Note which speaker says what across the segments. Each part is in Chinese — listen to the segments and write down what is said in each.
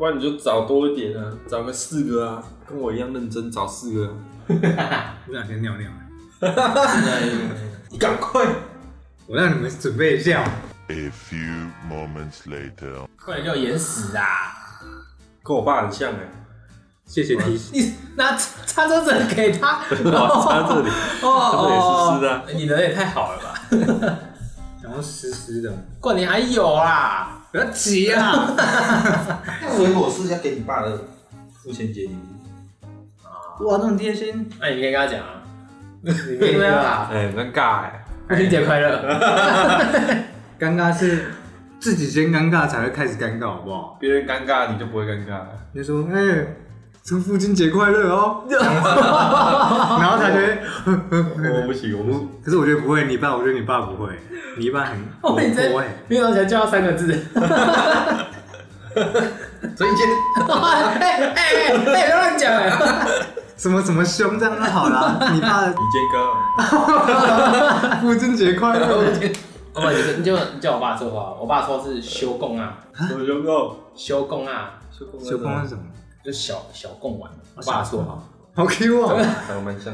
Speaker 1: 然你就找多一点啊，找个四个啊，跟我一样认真找四个、啊。
Speaker 2: 我想先尿尿，
Speaker 1: 你赶快，
Speaker 2: 我让你们准备一下。哦
Speaker 3: A few moments later.
Speaker 4: 快点给我演死啊！
Speaker 1: 跟我爸很像哎、
Speaker 2: 谢谢提醒。
Speaker 4: 你拿擦桌子给 他，
Speaker 1: 我插这里，
Speaker 4: 哦
Speaker 1: 这个也是湿的啊
Speaker 4: 你人也太好了吧？
Speaker 2: 然后湿湿的，
Speaker 4: 过年还有啊，
Speaker 2: 不要急啊！
Speaker 5: 那水果是要给你爸的父亲节礼物，哇，那很贴心。
Speaker 4: 那你可以跟他讲啊，
Speaker 2: 里面
Speaker 4: 对啊，哎
Speaker 1: 哎、很尴尬哎、
Speaker 4: 父亲节快乐，
Speaker 2: 尴尬是自己先尴尬才会开始尴尬，好不好？
Speaker 1: 别人尴尬你就不会尴尬了。
Speaker 2: 你就说，哎、祝父亲节快乐哦， 然后他就会。
Speaker 1: 我不行，我不行，
Speaker 2: 可是我觉得不会，你爸，我觉得你爸不会，你爸很
Speaker 4: 哦
Speaker 2: 活
Speaker 4: 你真
Speaker 2: 泼哎、
Speaker 4: 没有想叫他三个字，
Speaker 5: 所以今天
Speaker 4: 哎哎哎哎，不要乱讲哎，
Speaker 2: 什么什么凶这样就好啦。你爸
Speaker 1: 你健哥，
Speaker 2: 父亲节快 乐，
Speaker 4: 哦不，你 就你就你叫我爸说话，我爸说是修供啊，
Speaker 1: 我兄弟，
Speaker 4: 修供啊，
Speaker 2: 小光是什么？
Speaker 4: 就小小供完，我爸说好。
Speaker 2: 好 Q 哦、
Speaker 1: 长得蛮像。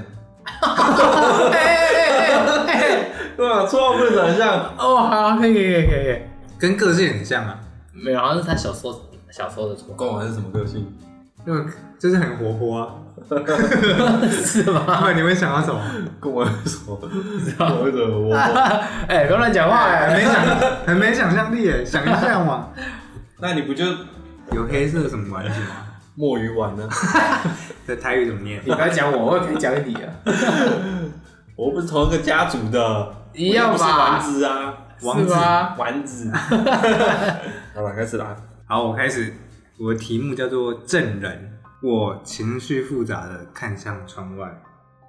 Speaker 4: 哎哎哎哎哎
Speaker 1: 对啊，绰号不能长相。
Speaker 4: 哦，好，可以可以可以可以，
Speaker 2: 跟个性很像啊，
Speaker 4: 没有，好像是他小时候小时候的错，
Speaker 1: 跟我还是什么个性？
Speaker 2: 那种就是很活泼 啊。
Speaker 4: 是吗？
Speaker 2: 然后你会想到什么？
Speaker 1: 跟我还是什么？我怎么我？
Speaker 4: 哎，不要乱讲话
Speaker 2: 哎，
Speaker 4: 哎，
Speaker 2: 没 想，很没想象力哎，想一下嘛。
Speaker 1: 那你不就
Speaker 2: 有黑色什么玩具吗？
Speaker 1: 墨鱼丸呢？
Speaker 2: 在台语怎么念？
Speaker 4: 你不要讲我，我可以讲你啊，
Speaker 1: 我又不是同一个家族的，
Speaker 4: 一
Speaker 1: 我又
Speaker 4: 样吧
Speaker 1: 不是丸子啊，
Speaker 2: 王
Speaker 4: 是
Speaker 2: 子。
Speaker 4: 吗？
Speaker 1: 丸 子。好了，开始啦。
Speaker 2: 好，我开始，我的题目叫做“证人”。我情绪复杂的看向窗外，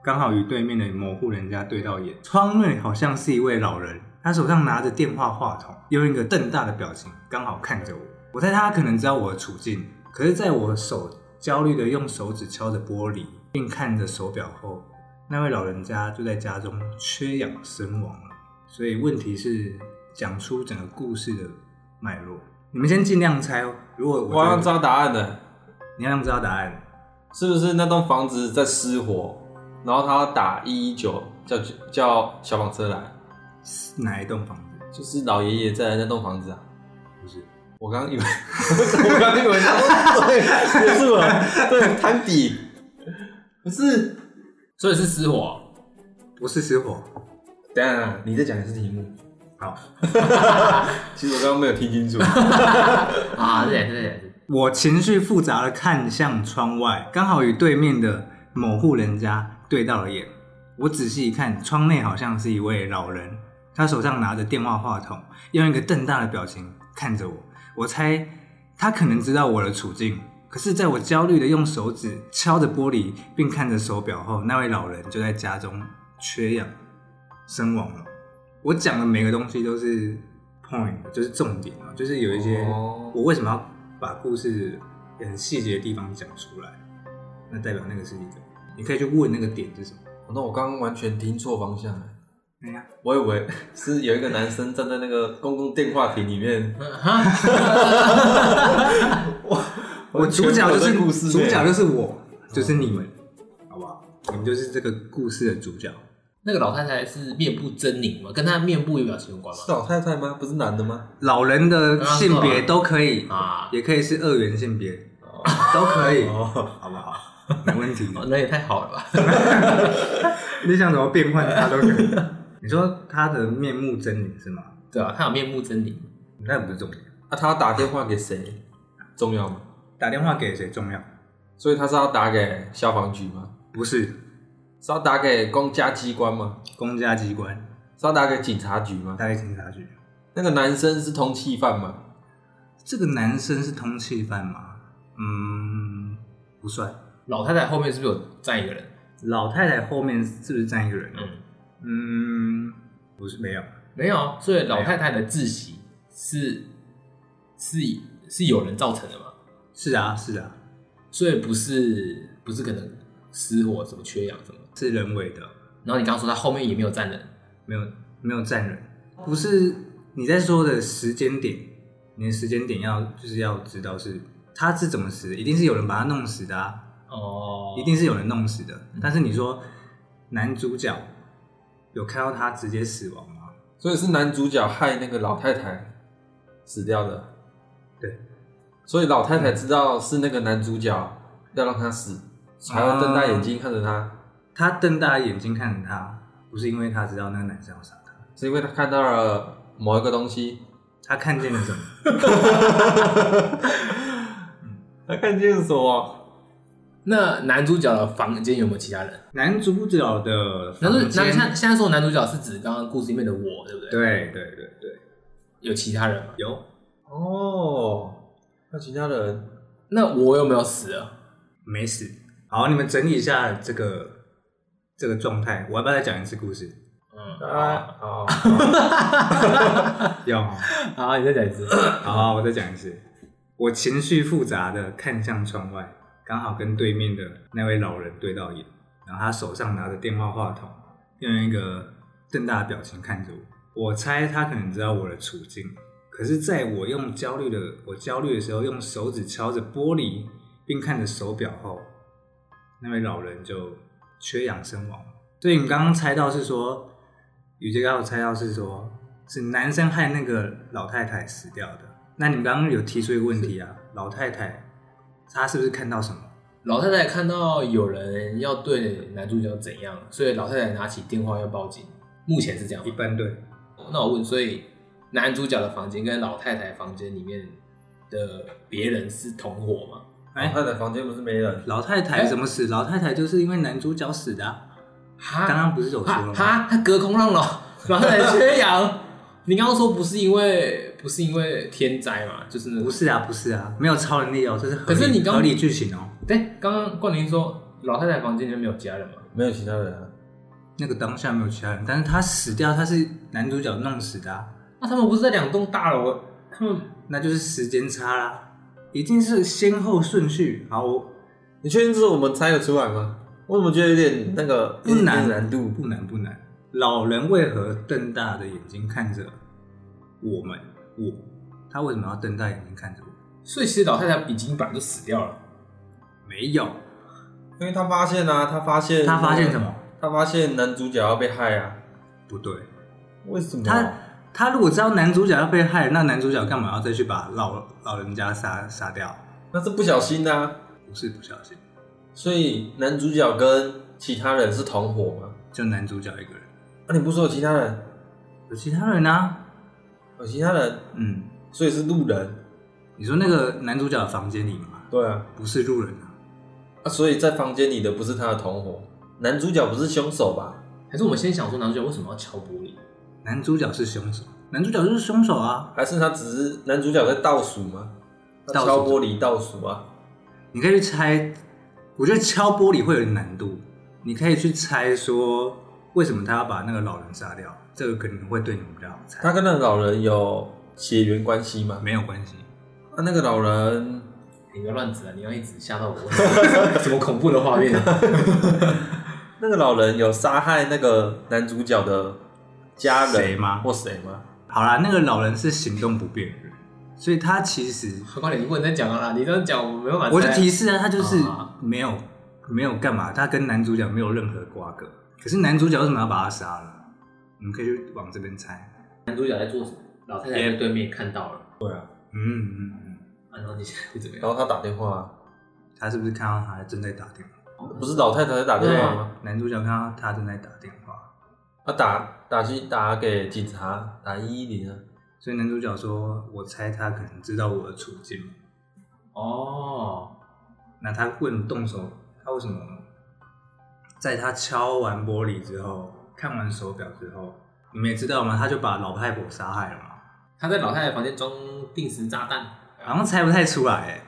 Speaker 2: 刚好与对面的某户人家对到眼。窗内好像是一位老人，他手上拿着电话话筒，用一个瞪大的表情，刚好看着我。我猜他可能知道我的处境，可是在我手焦虑的用手指敲着玻璃，并看着手表后，那位老人家就在家中缺氧身亡了。所以问题是讲出整个故事的脉络。你们先尽量猜哦。如果
Speaker 1: 我好
Speaker 2: 我
Speaker 1: 像
Speaker 2: 知
Speaker 1: 知
Speaker 2: 道，
Speaker 1: 道答案了，
Speaker 2: 你要知道答案，
Speaker 1: 是不是那栋房子在失火，然后他打一一九叫叫消防车来，
Speaker 2: 是哪一栋房 子？
Speaker 1: 就是老爷爷在的那栋房子啊。
Speaker 2: 不是，
Speaker 1: 我刚以为， 我刚以为他说对，不是我， 对汤底，不是。
Speaker 4: 所以是失火，
Speaker 2: 不是失火。
Speaker 1: 等一下，你再讲一次题目。
Speaker 2: 好，
Speaker 1: 其实我刚刚没有听清 楚。
Speaker 4: 啊，对对对，
Speaker 2: 我情绪复杂的看向窗外，刚好与对面的某户人家对到了眼。我仔细一看，窗内好像是一位老人，他手上拿着电话话筒，用一个瞪大的表情看着我。我猜他可能知道我的处境，可是在我焦虑的用手指敲着玻璃，并看着手表后，那位老人就在家中缺氧身亡了。我讲的每个东西都是 point，就是重点啊，就是有一些
Speaker 1: 哦
Speaker 2: 我为什么要把故事很细节的地方讲出来，那代表那个是一个，你可以去问那个点是什么。
Speaker 1: 那我刚刚完全听错方向了。
Speaker 2: 哎呀，
Speaker 1: 我以为 是有一个男生站在那个公共电话亭里面，
Speaker 2: 我主角就
Speaker 1: 全
Speaker 2: 是
Speaker 1: 部都在故事内
Speaker 2: 主角就是我，就是你们，好不好？你们就是这个故事的主角。
Speaker 4: 那个老太太是面部狰狞嘛，跟她面部有表情有关吗？
Speaker 1: 是老太太吗？不是男的吗？
Speaker 2: 老人的性别都可以
Speaker 4: 啊，
Speaker 2: 也可以是二元性别，都可以，
Speaker 1: 哦，
Speaker 2: 好不好？没问题。
Speaker 4: 哦那也太好了 吧？
Speaker 2: 你想怎么变换他都可以。你说他的面目狰狞是吗？
Speaker 4: 对啊，她有面目狰狞，
Speaker 2: 那不是重点，
Speaker 1: 那、啊他打电话给谁重要吗？
Speaker 2: 打电话给谁重要？
Speaker 1: 所以他是要打给消防局吗？
Speaker 2: 不是
Speaker 1: 是要打给公家机关吗？
Speaker 2: 公家机关，
Speaker 1: 是要打给警察局吗？
Speaker 2: 打给警察局。
Speaker 1: 那个男生是通缉犯吗？
Speaker 2: 这个男生是通缉犯吗？嗯，不算。
Speaker 4: 老太太后面是不是有站一个人？
Speaker 2: 老太太后面是不是站一个人？
Speaker 4: 嗯，
Speaker 2: 嗯，不是，没有。
Speaker 4: 没有，所以老太太的窒息是是是有人造成的嘛？
Speaker 2: 是啊，是啊，
Speaker 4: 所以不是不是可能失火什么缺氧什么。
Speaker 2: 是人为的，
Speaker 4: 然后你刚刚说她后面也没有站人，
Speaker 2: 没有没有站人，不是你在说的时间点，你的时间点要就是要知道是他是怎么死的？一定是有人把他弄死的啊，
Speaker 4: 哦，
Speaker 2: 一定是有人弄死的。但是你说男主角有看到他直接死亡吗？
Speaker 1: 所以是男主角害那个老太太死掉的。
Speaker 2: 对，
Speaker 1: 所以老太太知道是那个男主角要让他死，才会瞪大眼睛看着他，
Speaker 2: 他瞪大眼睛看着他，不是因为他知道那个男生要杀他，
Speaker 1: 是因为他看到了某一个东西。
Speaker 2: 他看见了什么？
Speaker 1: 他看哦见什么？
Speaker 4: 那男主角的房间有没有其他人？
Speaker 2: 男主角的
Speaker 4: 男主
Speaker 2: 房
Speaker 4: 那
Speaker 2: 间，
Speaker 4: 现现在说的男主角是指刚刚故事里面的我，对不对？，
Speaker 2: 对对对对，
Speaker 4: 有其他人吗？
Speaker 2: 有
Speaker 1: 哦，那其他人
Speaker 4: 那我有没有死啊？
Speaker 2: 没死？好，你们整理一下这个这个状态，我要不要再讲一次故事？
Speaker 4: 嗯，
Speaker 1: 啊， 哦，
Speaker 2: 要吗？
Speaker 4: 好，你再讲一次。
Speaker 2: 好，我再讲一次。我情绪复杂的看向窗外，刚好跟对面的那位老人对到眼，然后他手上拿着电话话筒，用一个瞪大的表情看着我。我猜他可能知道我的处境，可是在我用焦虑的我焦虑的时候，用手指敲着玻璃，并看着手表后，那位老人就缺氧身亡。所以你刚刚猜到是说，雨杰刚我猜到是说，是男生害那个老太太死掉的。那你们刚刚有提出一个问题啊，老太太她是不是看到什么？
Speaker 4: 老太太看到有人要对男主角怎样，所以老太太拿起电话要报警。目前是这样
Speaker 2: 一
Speaker 4: 吗。
Speaker 2: 般对，
Speaker 4: 那我问，所以男主角的房间跟老太太房间里面的别人是同伙吗？
Speaker 2: 哎
Speaker 1: 他的房间不是没人，
Speaker 2: 老太太怎么死？老太太就是因为男主角死的啊、
Speaker 4: 哈，
Speaker 2: 刚刚不是有说了
Speaker 4: 哈
Speaker 2: 吗？
Speaker 4: 哈，他隔空让老 老太太缺氧。你刚刚说不是因为不是因为天灾嘛，就是那
Speaker 2: 不是啊，不是啊，没有超能力哦，这是合理
Speaker 4: 可是你刚
Speaker 2: 合理剧情哦。
Speaker 4: 对，刚刚冠霖说老太太房间里面没有家人嘛，
Speaker 1: 没有其他人啊。
Speaker 2: 那个当下没有其他人，但是他死掉，他是男主角弄死的、啊，
Speaker 4: 那他们不是在两栋大楼，他们
Speaker 2: 那就是时间差啦，一定是先后顺序。好，我
Speaker 1: 你确定这是我们猜得出来吗？我怎么觉得有点那个
Speaker 2: 不难
Speaker 1: 有点难度？
Speaker 2: 不难不难。老人为何瞪大的眼睛看着我们？我他为什么要瞪大眼睛看着我？
Speaker 4: 所以其实老太太已经本来就死掉了。
Speaker 2: 没有，
Speaker 1: 因为他发现啊，他发现
Speaker 2: 他发现什么？
Speaker 1: 他发现男主角要被害啊，
Speaker 2: 不对。
Speaker 1: 为什么？
Speaker 2: 他他如果知道男主角要被害，那男主角干嘛要再去把老老人家杀杀掉？
Speaker 1: 那是不小心的、啊，
Speaker 2: 不是不小心，
Speaker 1: 所以男主角跟其他人是同伙吗？
Speaker 2: 就男主角一个人，
Speaker 1: 啊，你不是说有其他人？
Speaker 2: 有其他人啊。
Speaker 1: 有其他人，
Speaker 2: 嗯，
Speaker 1: 所以是路人。
Speaker 2: 你说那个男主角的房间里吗？
Speaker 1: 对啊，
Speaker 2: 不是路人啊，
Speaker 1: 啊，所以在房间里的不是他的同伙，男主角不是凶手吧？
Speaker 4: 还是我们先想说男主角为什么要敲玻璃？
Speaker 2: 男主角是凶手，男主角就是凶手啊。
Speaker 1: 还是他只是男主角在倒数吗？他
Speaker 2: 倒数
Speaker 1: 敲玻璃倒数啊，
Speaker 2: 你可以去猜，我觉得敲玻璃会有点难度。你可以去猜说，为什么他要把那个老人杀掉？这个可能会对你们比较好猜。
Speaker 1: 他跟那个老人有血缘关系吗？啊
Speaker 2: 没有关系，
Speaker 1: 那、那个老人，
Speaker 4: 你不要乱指啊！你要一直吓到 我，什么恐怖的画面、啊？
Speaker 1: 那个老人有杀害那个男主角的家
Speaker 2: 谁
Speaker 1: 人
Speaker 2: 吗
Speaker 1: 或谁吗？
Speaker 2: 好啦，那个老人是行动不便的人，所以他其实
Speaker 4: 快点，你不能再讲了啦！你这样讲我没办法。
Speaker 2: 我就提，示啊，他就是
Speaker 4: 啊
Speaker 2: 没有没有干嘛，他跟男主角没有任何瓜葛。可是男主角为什么要把他杀了？你们可以去往这边猜。
Speaker 4: 男主角在做什么？老太太在对面看到了，
Speaker 2: 嗯嗯嗯，
Speaker 4: 啊然后你现在会怎么
Speaker 1: 然
Speaker 4: 样？
Speaker 1: 后他打电话，
Speaker 2: 他是不是看到他正在打电话？
Speaker 1: 不是老太太在打电话吗？
Speaker 2: 男主角看到他正在打电话，啊
Speaker 1: 他打打去打给警察，打一一零啊。
Speaker 2: 所以男主角说：“我猜他可能知道我的处境。
Speaker 4: 哦，”
Speaker 2: 那他问动手，他为什么在他敲完玻璃之后，看完手表之后，你们也知道吗？他就把老太婆杀害了嘛？
Speaker 4: 他在老太太房间装定时炸弹，
Speaker 2: 好像猜不太出来、欸，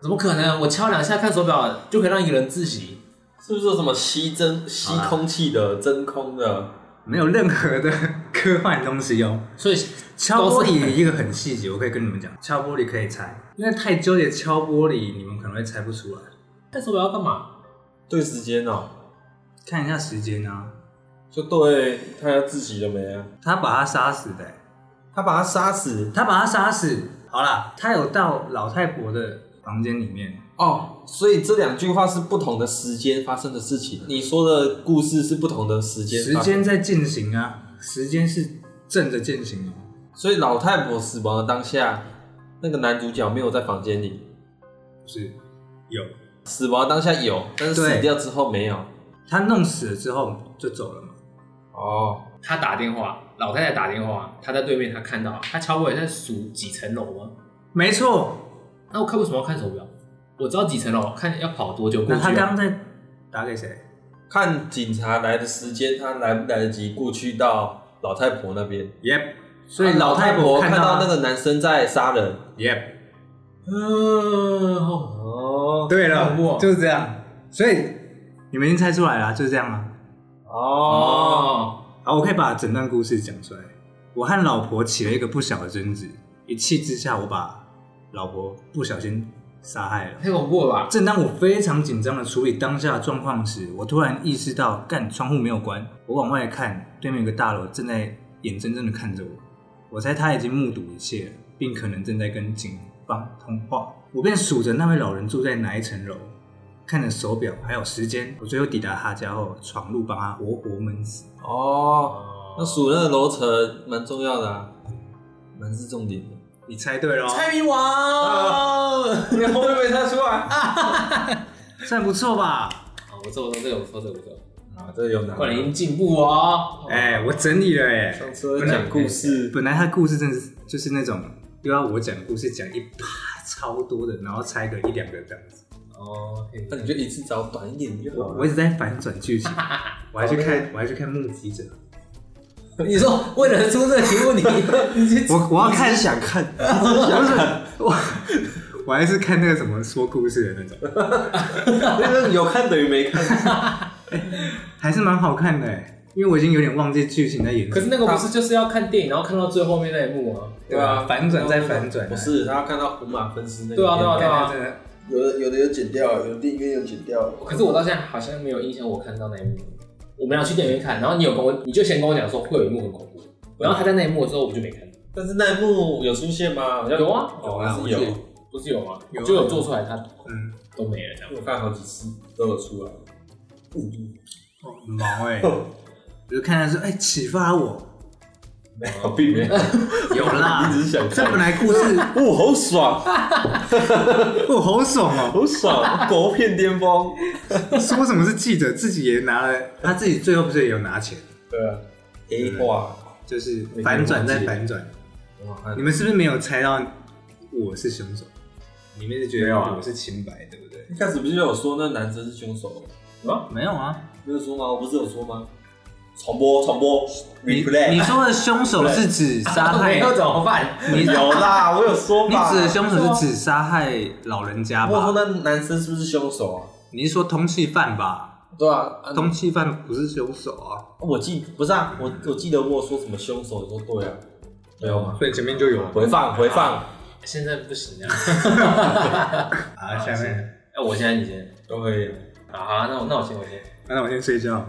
Speaker 4: 怎么可能？我敲两下看手表就可以让一个人窒息？
Speaker 1: 是不是有什么吸真吸空气的、真空的？
Speaker 2: 没有任何的 科幻东西哦。
Speaker 4: 所以
Speaker 2: 敲玻璃一个很细节，我可以跟你们讲，敲玻璃可以猜，因为太纠结敲玻璃，你们可能会猜不出来。
Speaker 4: 看手表要干嘛？
Speaker 1: 对时间哦、
Speaker 2: 看一下时间啊，
Speaker 1: 就对他要自己了没啊？
Speaker 2: 他把他杀死的欸、
Speaker 1: 他把他杀死，
Speaker 2: 他把他杀死，好啦，他有到老太婆的房间里面，
Speaker 1: 哦，所以这两句话是不同的时间发生的事情。你说的故事是不同的时间，
Speaker 2: 时间，在进行啊，时间是正着进行哦。
Speaker 1: 所以老太婆死亡的当下，那个男主角没有在房间里，
Speaker 2: 不是有
Speaker 1: 死亡的当下有，但是
Speaker 2: 对
Speaker 1: 死掉之后没有。
Speaker 2: 他弄死了之后就走了嘛？
Speaker 1: 哦，
Speaker 4: 他打电话，老太太打电话，他在对面，他看到，他敲我在数几层楼吗？
Speaker 2: 没错，
Speaker 4: 那我看为什么要看手表？我知道几层楼，看要跑多久过
Speaker 2: 那
Speaker 4: 去啊。
Speaker 2: 他刚刚在打给谁？
Speaker 1: 看警察来的时间，他来不来得及过去到老太婆那边？
Speaker 2: Yep，所以
Speaker 1: 啊老
Speaker 2: 太
Speaker 1: 婆
Speaker 2: 看
Speaker 1: 看到那
Speaker 2: 个
Speaker 1: 个男生在杀人，
Speaker 2: Yep，
Speaker 4: 嗯，哦
Speaker 1: 哦
Speaker 2: 对
Speaker 4: 看过
Speaker 2: 了，就是这样。所以你们已经猜出来了，就是这样啊。
Speaker 1: 哦，
Speaker 4: 哦，
Speaker 2: 好，我可以把整段故事讲出来。我和老婆起了一个不小的争执，一气之下，我把老婆不小心杀害了。
Speaker 4: 太恐怖了吧？
Speaker 2: 正当我非常紧张的处理当下的状况时，我突然意识到，干窗户没有关。我往外看，对面有个大楼正在眼睁睁的看着我。我猜他已经目睹一切了，并可能正在跟警方通话。我便数着那位老人住在哪一层楼，看着手表还有时间。我最后抵达他家后，闯入把他活活闷死。
Speaker 1: 哦，那数那个楼层蛮重要的啊，蛮是重点的。啊
Speaker 2: 你猜对了哦，
Speaker 4: 谜王，
Speaker 1: 你后面没猜出来啊？
Speaker 2: 这很不错吧？
Speaker 4: 好，我做我做这个，我做这个，我做。
Speaker 1: 这有难。
Speaker 4: 冠霖进步哦，
Speaker 2: 哎、我整理了哎、
Speaker 1: 上车讲故事，
Speaker 2: 本来他故事真的是就是那种又要我讲故事讲一啪超多的，然后猜个一两个这样子。
Speaker 4: 哦，可以
Speaker 1: 那你就一次找短一点就
Speaker 2: 我
Speaker 1: 好
Speaker 2: 我
Speaker 1: 了。
Speaker 2: 一直在反转剧 情，我还去看我还去看目击者，
Speaker 4: 你说为了出这个题目，你你去
Speaker 2: 我我要看想
Speaker 1: 看，
Speaker 2: 不是我我还是看那个什么说故事的那种，
Speaker 1: 那个有看等于没 看。
Speaker 2: 还是蛮好看的哎、因为我已经有点忘记剧情在演什么。
Speaker 4: 可是那个不是就是要看电影，然后看到最后面那一幕吗？
Speaker 2: 对啊，反转再反转、
Speaker 1: 不是，他看到胡马分尸那个。
Speaker 4: 对啊，对啊，对
Speaker 2: 看
Speaker 4: 啊
Speaker 2: 他。真的
Speaker 5: 有的有的有剪掉，有的电影院有剪掉。
Speaker 4: 可是我到现在好像没有印象，我看到那一幕。我们俩去电影院看，然后你有跟我，你就先跟我讲说会有一幕很恐怖，然后他在那一幕的时候我就没看到。
Speaker 1: 但是那一幕有出现吗？好像
Speaker 4: 有啊，
Speaker 1: 有
Speaker 2: 啊
Speaker 1: 还
Speaker 2: 我
Speaker 1: 是
Speaker 2: 记得
Speaker 1: 有。
Speaker 4: 不是有吗？
Speaker 2: 有啊
Speaker 4: 就有做出来，他
Speaker 2: 嗯
Speaker 4: 都没了这样。
Speaker 1: 我看好几次都有出来。啊雾都
Speaker 2: 哦很毛哎、我就看他说哎启发我，
Speaker 1: 没有，并 没有。
Speaker 2: 有啦，
Speaker 1: 你只是想
Speaker 2: 这本
Speaker 1: 看。
Speaker 2: 来故事
Speaker 1: 哦，好爽，
Speaker 2: 我好爽 哦、
Speaker 1: 好 爽，国片巅峰。
Speaker 2: 说什么是记者，自己也拿了，他自己最后不是也有拿钱，
Speaker 1: 对啊，A 化。
Speaker 2: 就是反转再反转。
Speaker 1: 哇
Speaker 2: 你们是不是没有猜到我是凶手？你们是觉得我是清白，对不对？
Speaker 1: 一开始不是有说那男生是凶手？
Speaker 2: 没有啊，
Speaker 1: 没有说吗？我不是有说吗？重播，重播
Speaker 2: 你
Speaker 1: ，replay。
Speaker 2: 你说的凶手是指杀害
Speaker 4: 没，有怎么办？
Speaker 2: 你
Speaker 1: 有啦，我有说
Speaker 2: 你
Speaker 1: 吧。
Speaker 2: 指的凶手是指杀害老人家
Speaker 1: 我说
Speaker 2: 吧？
Speaker 1: 那男生是不是凶手啊？
Speaker 2: 你是说通缉犯吧？
Speaker 1: 对啊，啊
Speaker 2: 通缉犯不是凶手啊？
Speaker 1: 我记不是啊，我我记得我有说什么凶手，你说对啊，没有吗？
Speaker 2: 所以前面就有
Speaker 1: 回放回放
Speaker 4: 现在不行啊！
Speaker 2: 啊，下面。
Speaker 4: 哎，我现在你先。
Speaker 1: 都可以。
Speaker 4: 好啊，那我那我先我先。
Speaker 2: 那我先睡 觉，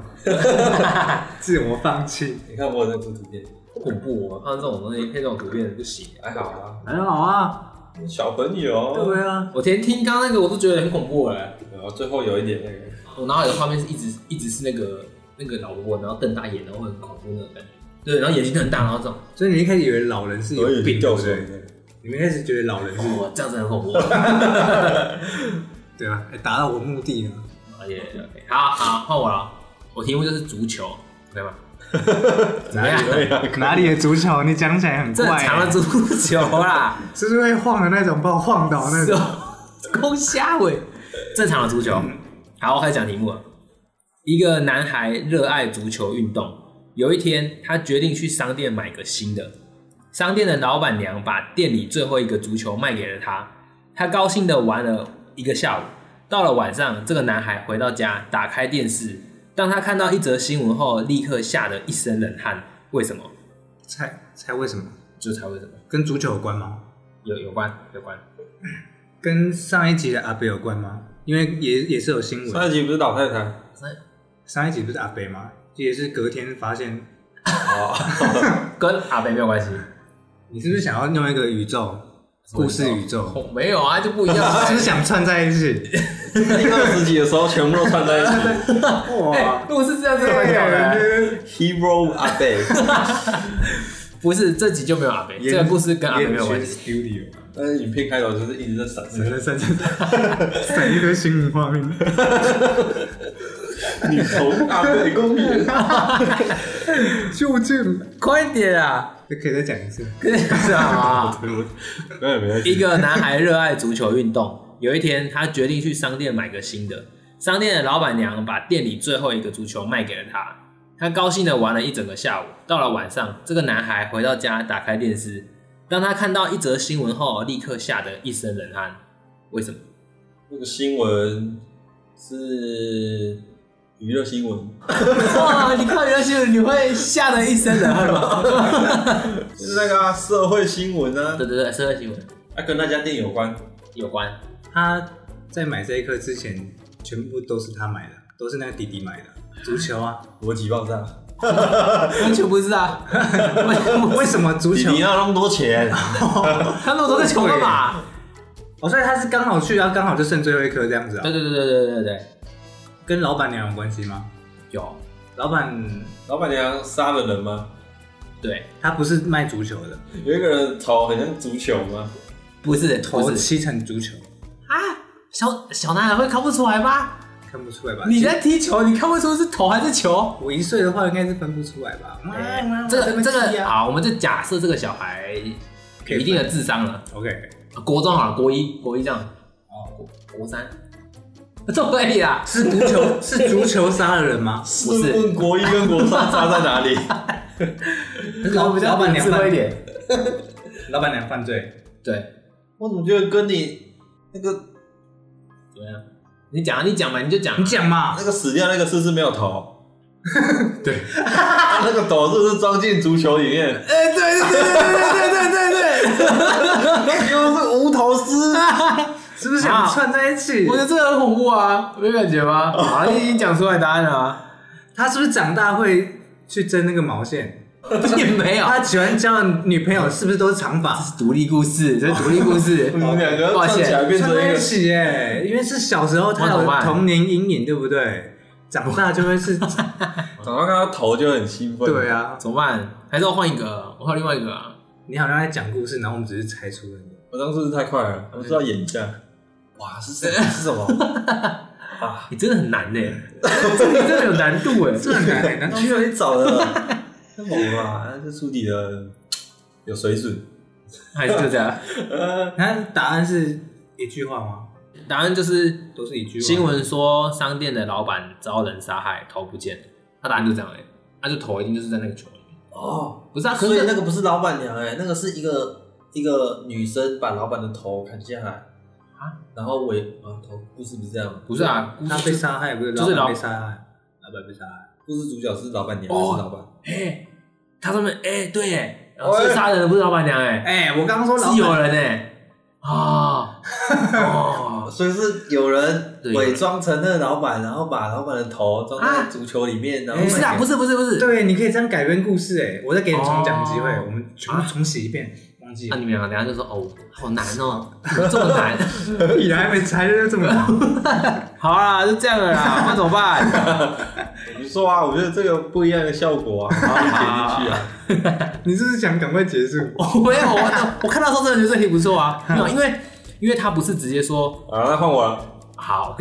Speaker 2: 自我放弃，
Speaker 1: 你看我有在做图片，
Speaker 4: 好恐怖哦，我看到这种东西配这种图片不行。
Speaker 1: 还好啊，
Speaker 2: 很好啊，
Speaker 1: 小朋友。
Speaker 2: 对啊，
Speaker 4: 我连听刚刚那个我都觉得很恐怖哎，
Speaker 1: 然后最后有一点那个，
Speaker 4: 我脑海的画面是一直一直是那个那个老婆，然后瞪大眼，然后很恐怖那种感觉。对，然后眼睛瞪很大，然后这种，
Speaker 2: 所以你一开始以为老人是有病，对
Speaker 1: 掉
Speaker 2: 不
Speaker 1: 水
Speaker 2: 对？你们一开始觉得老人是，
Speaker 4: 哇，这样子很恐怖。
Speaker 2: 对吧？哎达到我目的了。
Speaker 4: 而且好好换我了，我题目就是足球，对吧？ 怎么样？
Speaker 2: 哪里的足球？你讲起来很
Speaker 4: 正
Speaker 2: 怪、欸，
Speaker 4: 常的足球啦，
Speaker 2: 是不是会晃的那种，把我晃倒那
Speaker 4: 是
Speaker 2: 种？
Speaker 4: 哦空虾尾。嗯正常的足球。好，我开始讲题目了。一个男孩热爱足球运动，有一天他决定去商店买个新的。商店的老板娘把店里最后一个足球卖给了他，他高兴的玩了一个下午。到了晚上，这个男孩回到家，打开电视，当他看到一则新闻后，立刻吓得一身冷汗。为什么？
Speaker 2: 猜猜为什么？
Speaker 4: 就猜为什么？
Speaker 2: 跟足球有关吗？
Speaker 4: 有有关有关。
Speaker 2: 跟上一集的阿北有关吗？因为也也是有新
Speaker 1: 上
Speaker 2: 闻，
Speaker 1: 一集不是老太太？
Speaker 2: 上一集不是阿北吗？也是隔天发现。
Speaker 1: 哦，
Speaker 4: 跟阿北没有关系。
Speaker 2: 你是不是想要弄一个宇宙？故事宇宙，
Speaker 4: 哦没有啊，就不一样 啊。
Speaker 2: 只是想串在一起。
Speaker 1: 第二十集的时候全部都串在一起
Speaker 4: 哎，如果是这样，真的蛮屌的啊。
Speaker 1: ，Hero 阿贝，
Speaker 4: 不是这集就没有阿北，这个故事跟阿北没有关系。
Speaker 2: 系。Studio，
Speaker 1: 但是影片开头就是一直在闪
Speaker 2: 闪闪闪闪，闪一堆新闻画面。
Speaker 1: 你从阿贝公园，
Speaker 2: 究竟
Speaker 4: 快点啊！
Speaker 2: 这可以再讲一次。
Speaker 4: 跟你讲 啊，
Speaker 1: 没有没有，
Speaker 4: 一个男孩热爱足球运动，有一天他决定去商店买个新的。商店的老板娘把店里最后一个足球卖给了他，他高兴的玩了一整个下午。到了晚上，这个男孩回到家，打开电视，当他看到一则新闻后，立刻吓得一身冷汗。为什么？
Speaker 1: 那个新闻是娱乐新闻，
Speaker 4: 哇！你看原来新闻，你会吓得一身冷汗吗？
Speaker 1: 就是那个啊、社会新闻啊，
Speaker 4: 对对对，社会新闻
Speaker 1: 啊跟那家店有关，
Speaker 4: 有关。
Speaker 2: 他在买这一颗之前，全部都是他买的，都是那个弟弟买的。足球 啊，
Speaker 1: 逻辑爆炸。
Speaker 4: 完全不是 啊！
Speaker 2: 为什么足
Speaker 1: 你
Speaker 2: 球？
Speaker 1: 你要那么多钱？
Speaker 4: 他那么多个球干嘛？
Speaker 2: 哦，所以他是刚好去，然后刚好就剩最后一颗这样子啊
Speaker 4: 对。对对对对对对，
Speaker 2: 跟老板娘有关系吗？
Speaker 4: 有
Speaker 2: 老板
Speaker 1: 老板娘杀了人吗？
Speaker 4: 对，
Speaker 2: 他不是卖足球的，
Speaker 1: 有一个人头很像足球吗？
Speaker 4: 不是
Speaker 2: 头
Speaker 4: 不是
Speaker 2: 七成足球，
Speaker 4: 啊！小小男孩会看不出来吗？
Speaker 2: 看不出来吧？
Speaker 4: 你在踢球，你看不出是头还是球？
Speaker 2: 我一岁的话，应该是分不出来吧？
Speaker 4: 哎
Speaker 2: 哇
Speaker 4: 这个这个啊
Speaker 2: 呀
Speaker 4: 好，我们就假设这个小孩有一定的智商了，
Speaker 2: ，OK，
Speaker 4: 国中好了，国一国一这样，哦，国国三， 都可以啦。
Speaker 2: 是足球是足球杀了人吗？
Speaker 4: 不是
Speaker 1: 试问国一跟国三差在哪里？
Speaker 2: 老
Speaker 4: 我比较
Speaker 2: 老板娘
Speaker 4: 智慧一
Speaker 2: 犯
Speaker 4: 点，
Speaker 2: 老板娘犯罪，
Speaker 4: 对，
Speaker 1: 我怎么觉得跟你那个
Speaker 4: 怎么样？你讲啊，你讲嘛，你就讲啊，
Speaker 2: 你讲嘛
Speaker 1: 那？个死掉那个是不是没有头？对，那个头是不是装进足球里面？
Speaker 4: 哎，对对对对对对对对对。
Speaker 1: 又是无头狮，
Speaker 2: 是不是想串在一起？
Speaker 4: 我觉得这个很恐怖啊，没感觉吗？啊，你已经讲出来答案了、啊，
Speaker 2: 他是不是长大会去争那个毛线？
Speaker 4: 也没有，
Speaker 2: 他喜欢交的女朋友是不是都是长发？
Speaker 4: 独立故事，这是独立故事。
Speaker 1: 你们两个
Speaker 4: 抱
Speaker 1: 站起来
Speaker 4: 歉，
Speaker 1: 变成
Speaker 2: 串
Speaker 1: 一
Speaker 2: 在一
Speaker 1: 个，
Speaker 2: 起耶，因为是小时候他
Speaker 4: 我
Speaker 2: 有
Speaker 4: 懂啊
Speaker 2: 童年阴影，对不对？长大就会是，
Speaker 1: 早上看到头就很兴奋。
Speaker 2: 对，啊。
Speaker 4: 怎么办？还是我换一个？我换另外一个啊。
Speaker 2: 你好像在讲故事，然后我们只是猜出了你。
Speaker 1: 我当时是不是太快了，我是要演一下。哇，是什么？是什么？
Speaker 4: 你真的很难呢、这 个真的有难度哎、
Speaker 2: 这很难，欸难 道
Speaker 1: 去哪里找的？太猛了吧！这出题的有水准。
Speaker 4: 还是就这样。
Speaker 2: 那答案是一句话吗？
Speaker 4: 答案就是
Speaker 2: 都是一句话。
Speaker 4: 新闻说商店的老板遭人杀害，头不见了。他答案就这样哎、他就头一定就是在那个球里面。
Speaker 1: 哦，
Speaker 4: 不是啊，可
Speaker 1: 所以
Speaker 4: 是
Speaker 1: 那个不是老板娘哎、那个是一个一个女生把老板的头砍下来啊，然后尾啊头故事不是这样，
Speaker 4: 不是啊，
Speaker 2: 他被杀害，不是
Speaker 4: 就是
Speaker 2: 老
Speaker 4: 老
Speaker 2: 板被杀害，老板被杀害。
Speaker 1: 故事主角是老板娘、
Speaker 4: 哦
Speaker 1: 还是老板？
Speaker 4: 哎、他上面哎、对哎、然后是杀人的不是老板娘哎、
Speaker 2: 哎、我刚刚说老
Speaker 4: 是有
Speaker 2: 板
Speaker 4: 人哎、啊、哦，
Speaker 1: 所以是有人
Speaker 4: 对
Speaker 1: 伪装成那个老板，然后把老板的头装在足球里面，然后
Speaker 4: 不是啊，不
Speaker 1: 是
Speaker 4: 是不是不是，
Speaker 2: 对，你可以这样改编故事哎、我再给你重讲机会，
Speaker 4: 哦
Speaker 2: 我们全部重洗一遍，忘记
Speaker 4: 那
Speaker 2: 了。
Speaker 1: 啊
Speaker 4: 你们两个等一下就说哦，好难 哦，怎么这么难？
Speaker 2: 你还没猜 就这么难，
Speaker 4: 好啦，就这样了 啦，那怎么办？
Speaker 1: 不错啊，我觉得这个不一样的效果 啊，然后剪进去啊，
Speaker 2: 你是不是想赶快结束？
Speaker 1: 哦
Speaker 4: 我没有，我我看到的时候真的觉得这题不错啊， 没有，因为因为他不是直接说
Speaker 1: 好，那换我了，
Speaker 4: 好，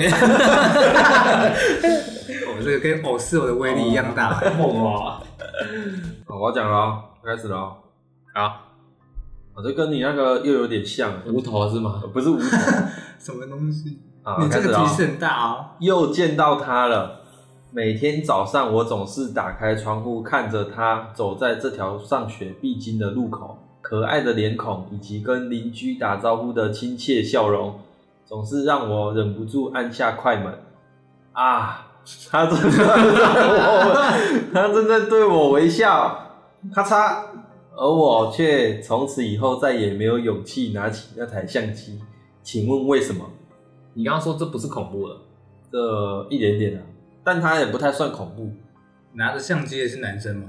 Speaker 2: 我、这个跟偶是我的威力一样大、
Speaker 4: 猛哦，
Speaker 1: 好我要讲了哦，开始了哦，
Speaker 4: 好，
Speaker 1: 我这跟你那个又有点像，
Speaker 4: 无头是吗
Speaker 1: 呃？不是无 头
Speaker 2: 什么东西？
Speaker 1: 啊，
Speaker 2: 你
Speaker 1: 开
Speaker 2: 这
Speaker 1: 始
Speaker 2: 个
Speaker 1: 了哦
Speaker 2: 提示很大哦。
Speaker 1: 又见到他了。每天早上，我总是打开窗户，看着他走在这条上学必经的路口，可爱的脸孔以及跟邻居打招呼的亲切笑容，总是让我忍不住按下快门。啊，他正在我，他正在对我微笑，咔嚓！而我却从此以后再也没有勇气拿起那台相机。请问为什么？
Speaker 4: 你刚刚说这不是恐怖的，
Speaker 1: 这一点点啊，但他也不太算恐怖。
Speaker 2: 拿着相机的是 男生吗？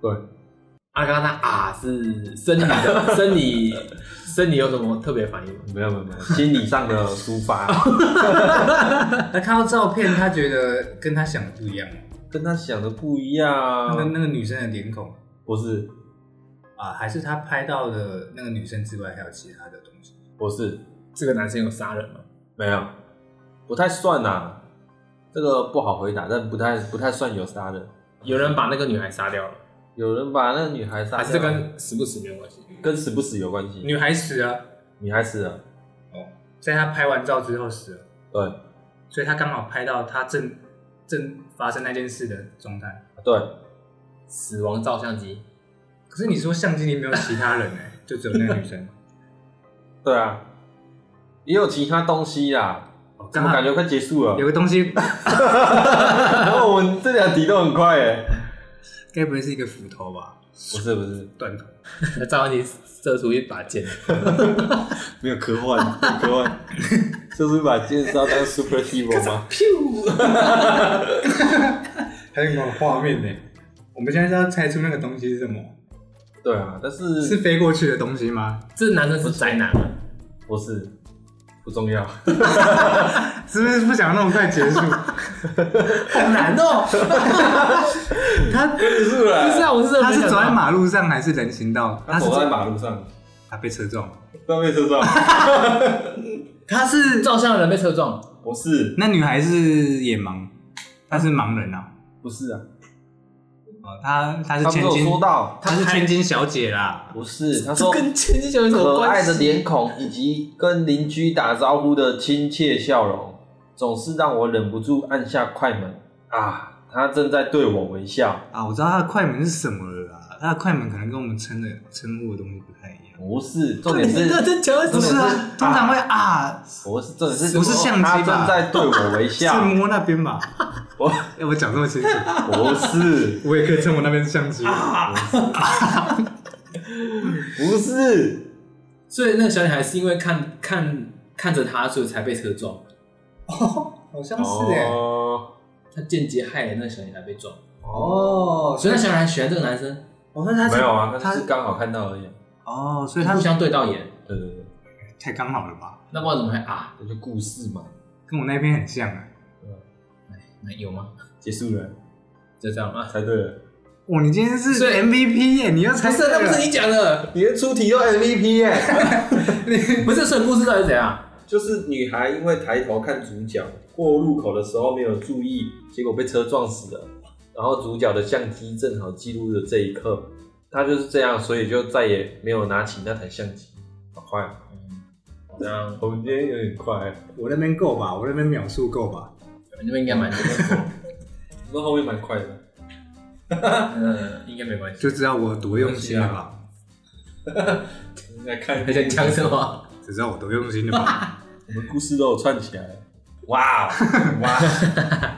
Speaker 1: 对，
Speaker 4: 啊，刚刚那啊是生理的，生理身体有什么特别反应吗？
Speaker 1: 没有没有没有，心理上的抒发，啊
Speaker 2: 他看到照片，他觉得跟他想的不一样。
Speaker 1: 跟他想的不一
Speaker 2: 那个
Speaker 1: 样，啊
Speaker 2: 那个女生的脸孔
Speaker 1: 不是
Speaker 2: 啊，还是他拍到的那个女生之外，还有其他的东西。
Speaker 1: 不是，
Speaker 4: 这个男生有杀人吗？
Speaker 1: 没有，不太算呐、这个不好回答，但不太不太算有杀人。
Speaker 4: 有人把那个女孩杀掉了，
Speaker 1: 有人把那女孩杀掉，
Speaker 4: 还是这跟死不死没有关系？
Speaker 1: 跟死不死有关系？
Speaker 2: 女孩死了，
Speaker 1: 女孩死了，
Speaker 2: 在他拍完照之后死了，
Speaker 1: 对
Speaker 2: 所以他刚好拍到他正正发生那件事的状态。
Speaker 1: 对，
Speaker 4: 死亡照相机，
Speaker 2: 可是你说相机里没有其他人哎、就只有那个女生。
Speaker 1: 对啊，也有其他东西啦。
Speaker 2: 哦
Speaker 1: 怎么感觉快结束了
Speaker 2: 有？个东西，
Speaker 1: 哦， 我们这两题都很快诶。
Speaker 2: 该不会是一个斧头吧？
Speaker 1: 不是不是，
Speaker 2: 断头。
Speaker 4: 照相机射出一把剑，
Speaker 1: 没有科 幻，没有科幻，就是把剑是要当 super hero 吗？
Speaker 2: 还有没有画面呢、我们现在是要猜出那个东西是什么？
Speaker 1: 对啊，但是
Speaker 2: 是飞过去的东西吗？
Speaker 4: 这男生是宅男吗？
Speaker 1: 不是不重要？
Speaker 2: 是不是不想那么快结束？
Speaker 4: 好难哦、
Speaker 2: 他
Speaker 1: 结束了
Speaker 4: 不是啊，我是真的
Speaker 2: 他
Speaker 4: 没
Speaker 2: 是
Speaker 4: 想
Speaker 2: 走
Speaker 4: 到
Speaker 2: 在马路上还是人行道？
Speaker 1: 他
Speaker 2: 是
Speaker 1: 走在马路上，
Speaker 2: 他被车撞。
Speaker 1: 上面车上，
Speaker 2: 他是
Speaker 4: 照相的人被车撞，
Speaker 1: 不是
Speaker 2: 那女孩是眼盲，她是盲人啊。
Speaker 1: 不是啊？
Speaker 2: 哦，她她是
Speaker 1: 他没
Speaker 2: 千
Speaker 1: 有
Speaker 2: 金，
Speaker 1: 说到，
Speaker 2: 她是千金小姐啦。
Speaker 1: 不是，他说
Speaker 4: 这跟千金小姐有什么
Speaker 1: 可
Speaker 4: 关
Speaker 1: 爱
Speaker 4: 系？
Speaker 1: 的脸孔以及跟邻居打招呼的亲切笑容，总是让我忍不住按下快门啊！他正在对我微笑，
Speaker 2: 啊，我知道她的快门是什么了啦。她的快门可能跟我们称的称呼的东西不太一样。
Speaker 1: 不是重点是，
Speaker 4: 他在讲什
Speaker 2: 不是
Speaker 4: 么？
Speaker 2: 啊，
Speaker 1: 是
Speaker 2: 通常会啊，
Speaker 1: 不是重点是，
Speaker 2: 不是相机
Speaker 1: 他
Speaker 2: 吧
Speaker 1: 正在对我微笑
Speaker 2: 是，摸那边吧？
Speaker 1: 我
Speaker 2: 哎，我讲这么清楚，
Speaker 1: 不是
Speaker 2: 我也可以称我那边是相机。
Speaker 1: 不是，
Speaker 4: 所以那个小女孩是因为看看看着他，所以才被车撞，
Speaker 2: 好像是哎、
Speaker 1: 哦
Speaker 4: 他间接害了那个小女孩被撞，
Speaker 2: 哦，
Speaker 4: 所以那小女孩喜欢这个男生，
Speaker 2: 我说他
Speaker 1: 没有啊，
Speaker 2: 他
Speaker 1: 他是刚好看到而已。
Speaker 2: 哦，所以他
Speaker 4: 互相对到眼，
Speaker 1: 对对对，
Speaker 2: 太刚好了吧？
Speaker 4: 那不知道怎么会啊？
Speaker 1: 这就故事嘛，
Speaker 2: 跟我那边很像啊。
Speaker 4: 那有吗？
Speaker 1: 结束了，
Speaker 4: 就这样啊？
Speaker 1: 猜对了。
Speaker 2: 哇，你今天是
Speaker 4: 所以
Speaker 2: MVP 耶、你又猜
Speaker 4: 不是，那不是你讲的，
Speaker 1: 你的出题
Speaker 2: 哦
Speaker 1: 又 MVP 哎、
Speaker 4: 不是。所以故事到底是怎样？
Speaker 1: 就是女孩因为抬头看主角过路口的时候没有注意，结果被车撞死了。然后主角的相机正好记录了这一刻，她就是这样，所以就再也没有拿起那台相机。好快啊，
Speaker 4: 嗯这样
Speaker 1: 我们今天有点快、欸，
Speaker 2: 我那边够吧？我那边秒数够吧？
Speaker 4: 那边应该蛮多的，
Speaker 1: 那后面蛮快的。
Speaker 4: 嗯，应该没关系。
Speaker 2: 就知道我多用心了吧？
Speaker 1: 来看
Speaker 4: 还想讲什么？
Speaker 2: 只知道我多用心了吧？
Speaker 1: 我们故事都有串起来了。哇哦哇！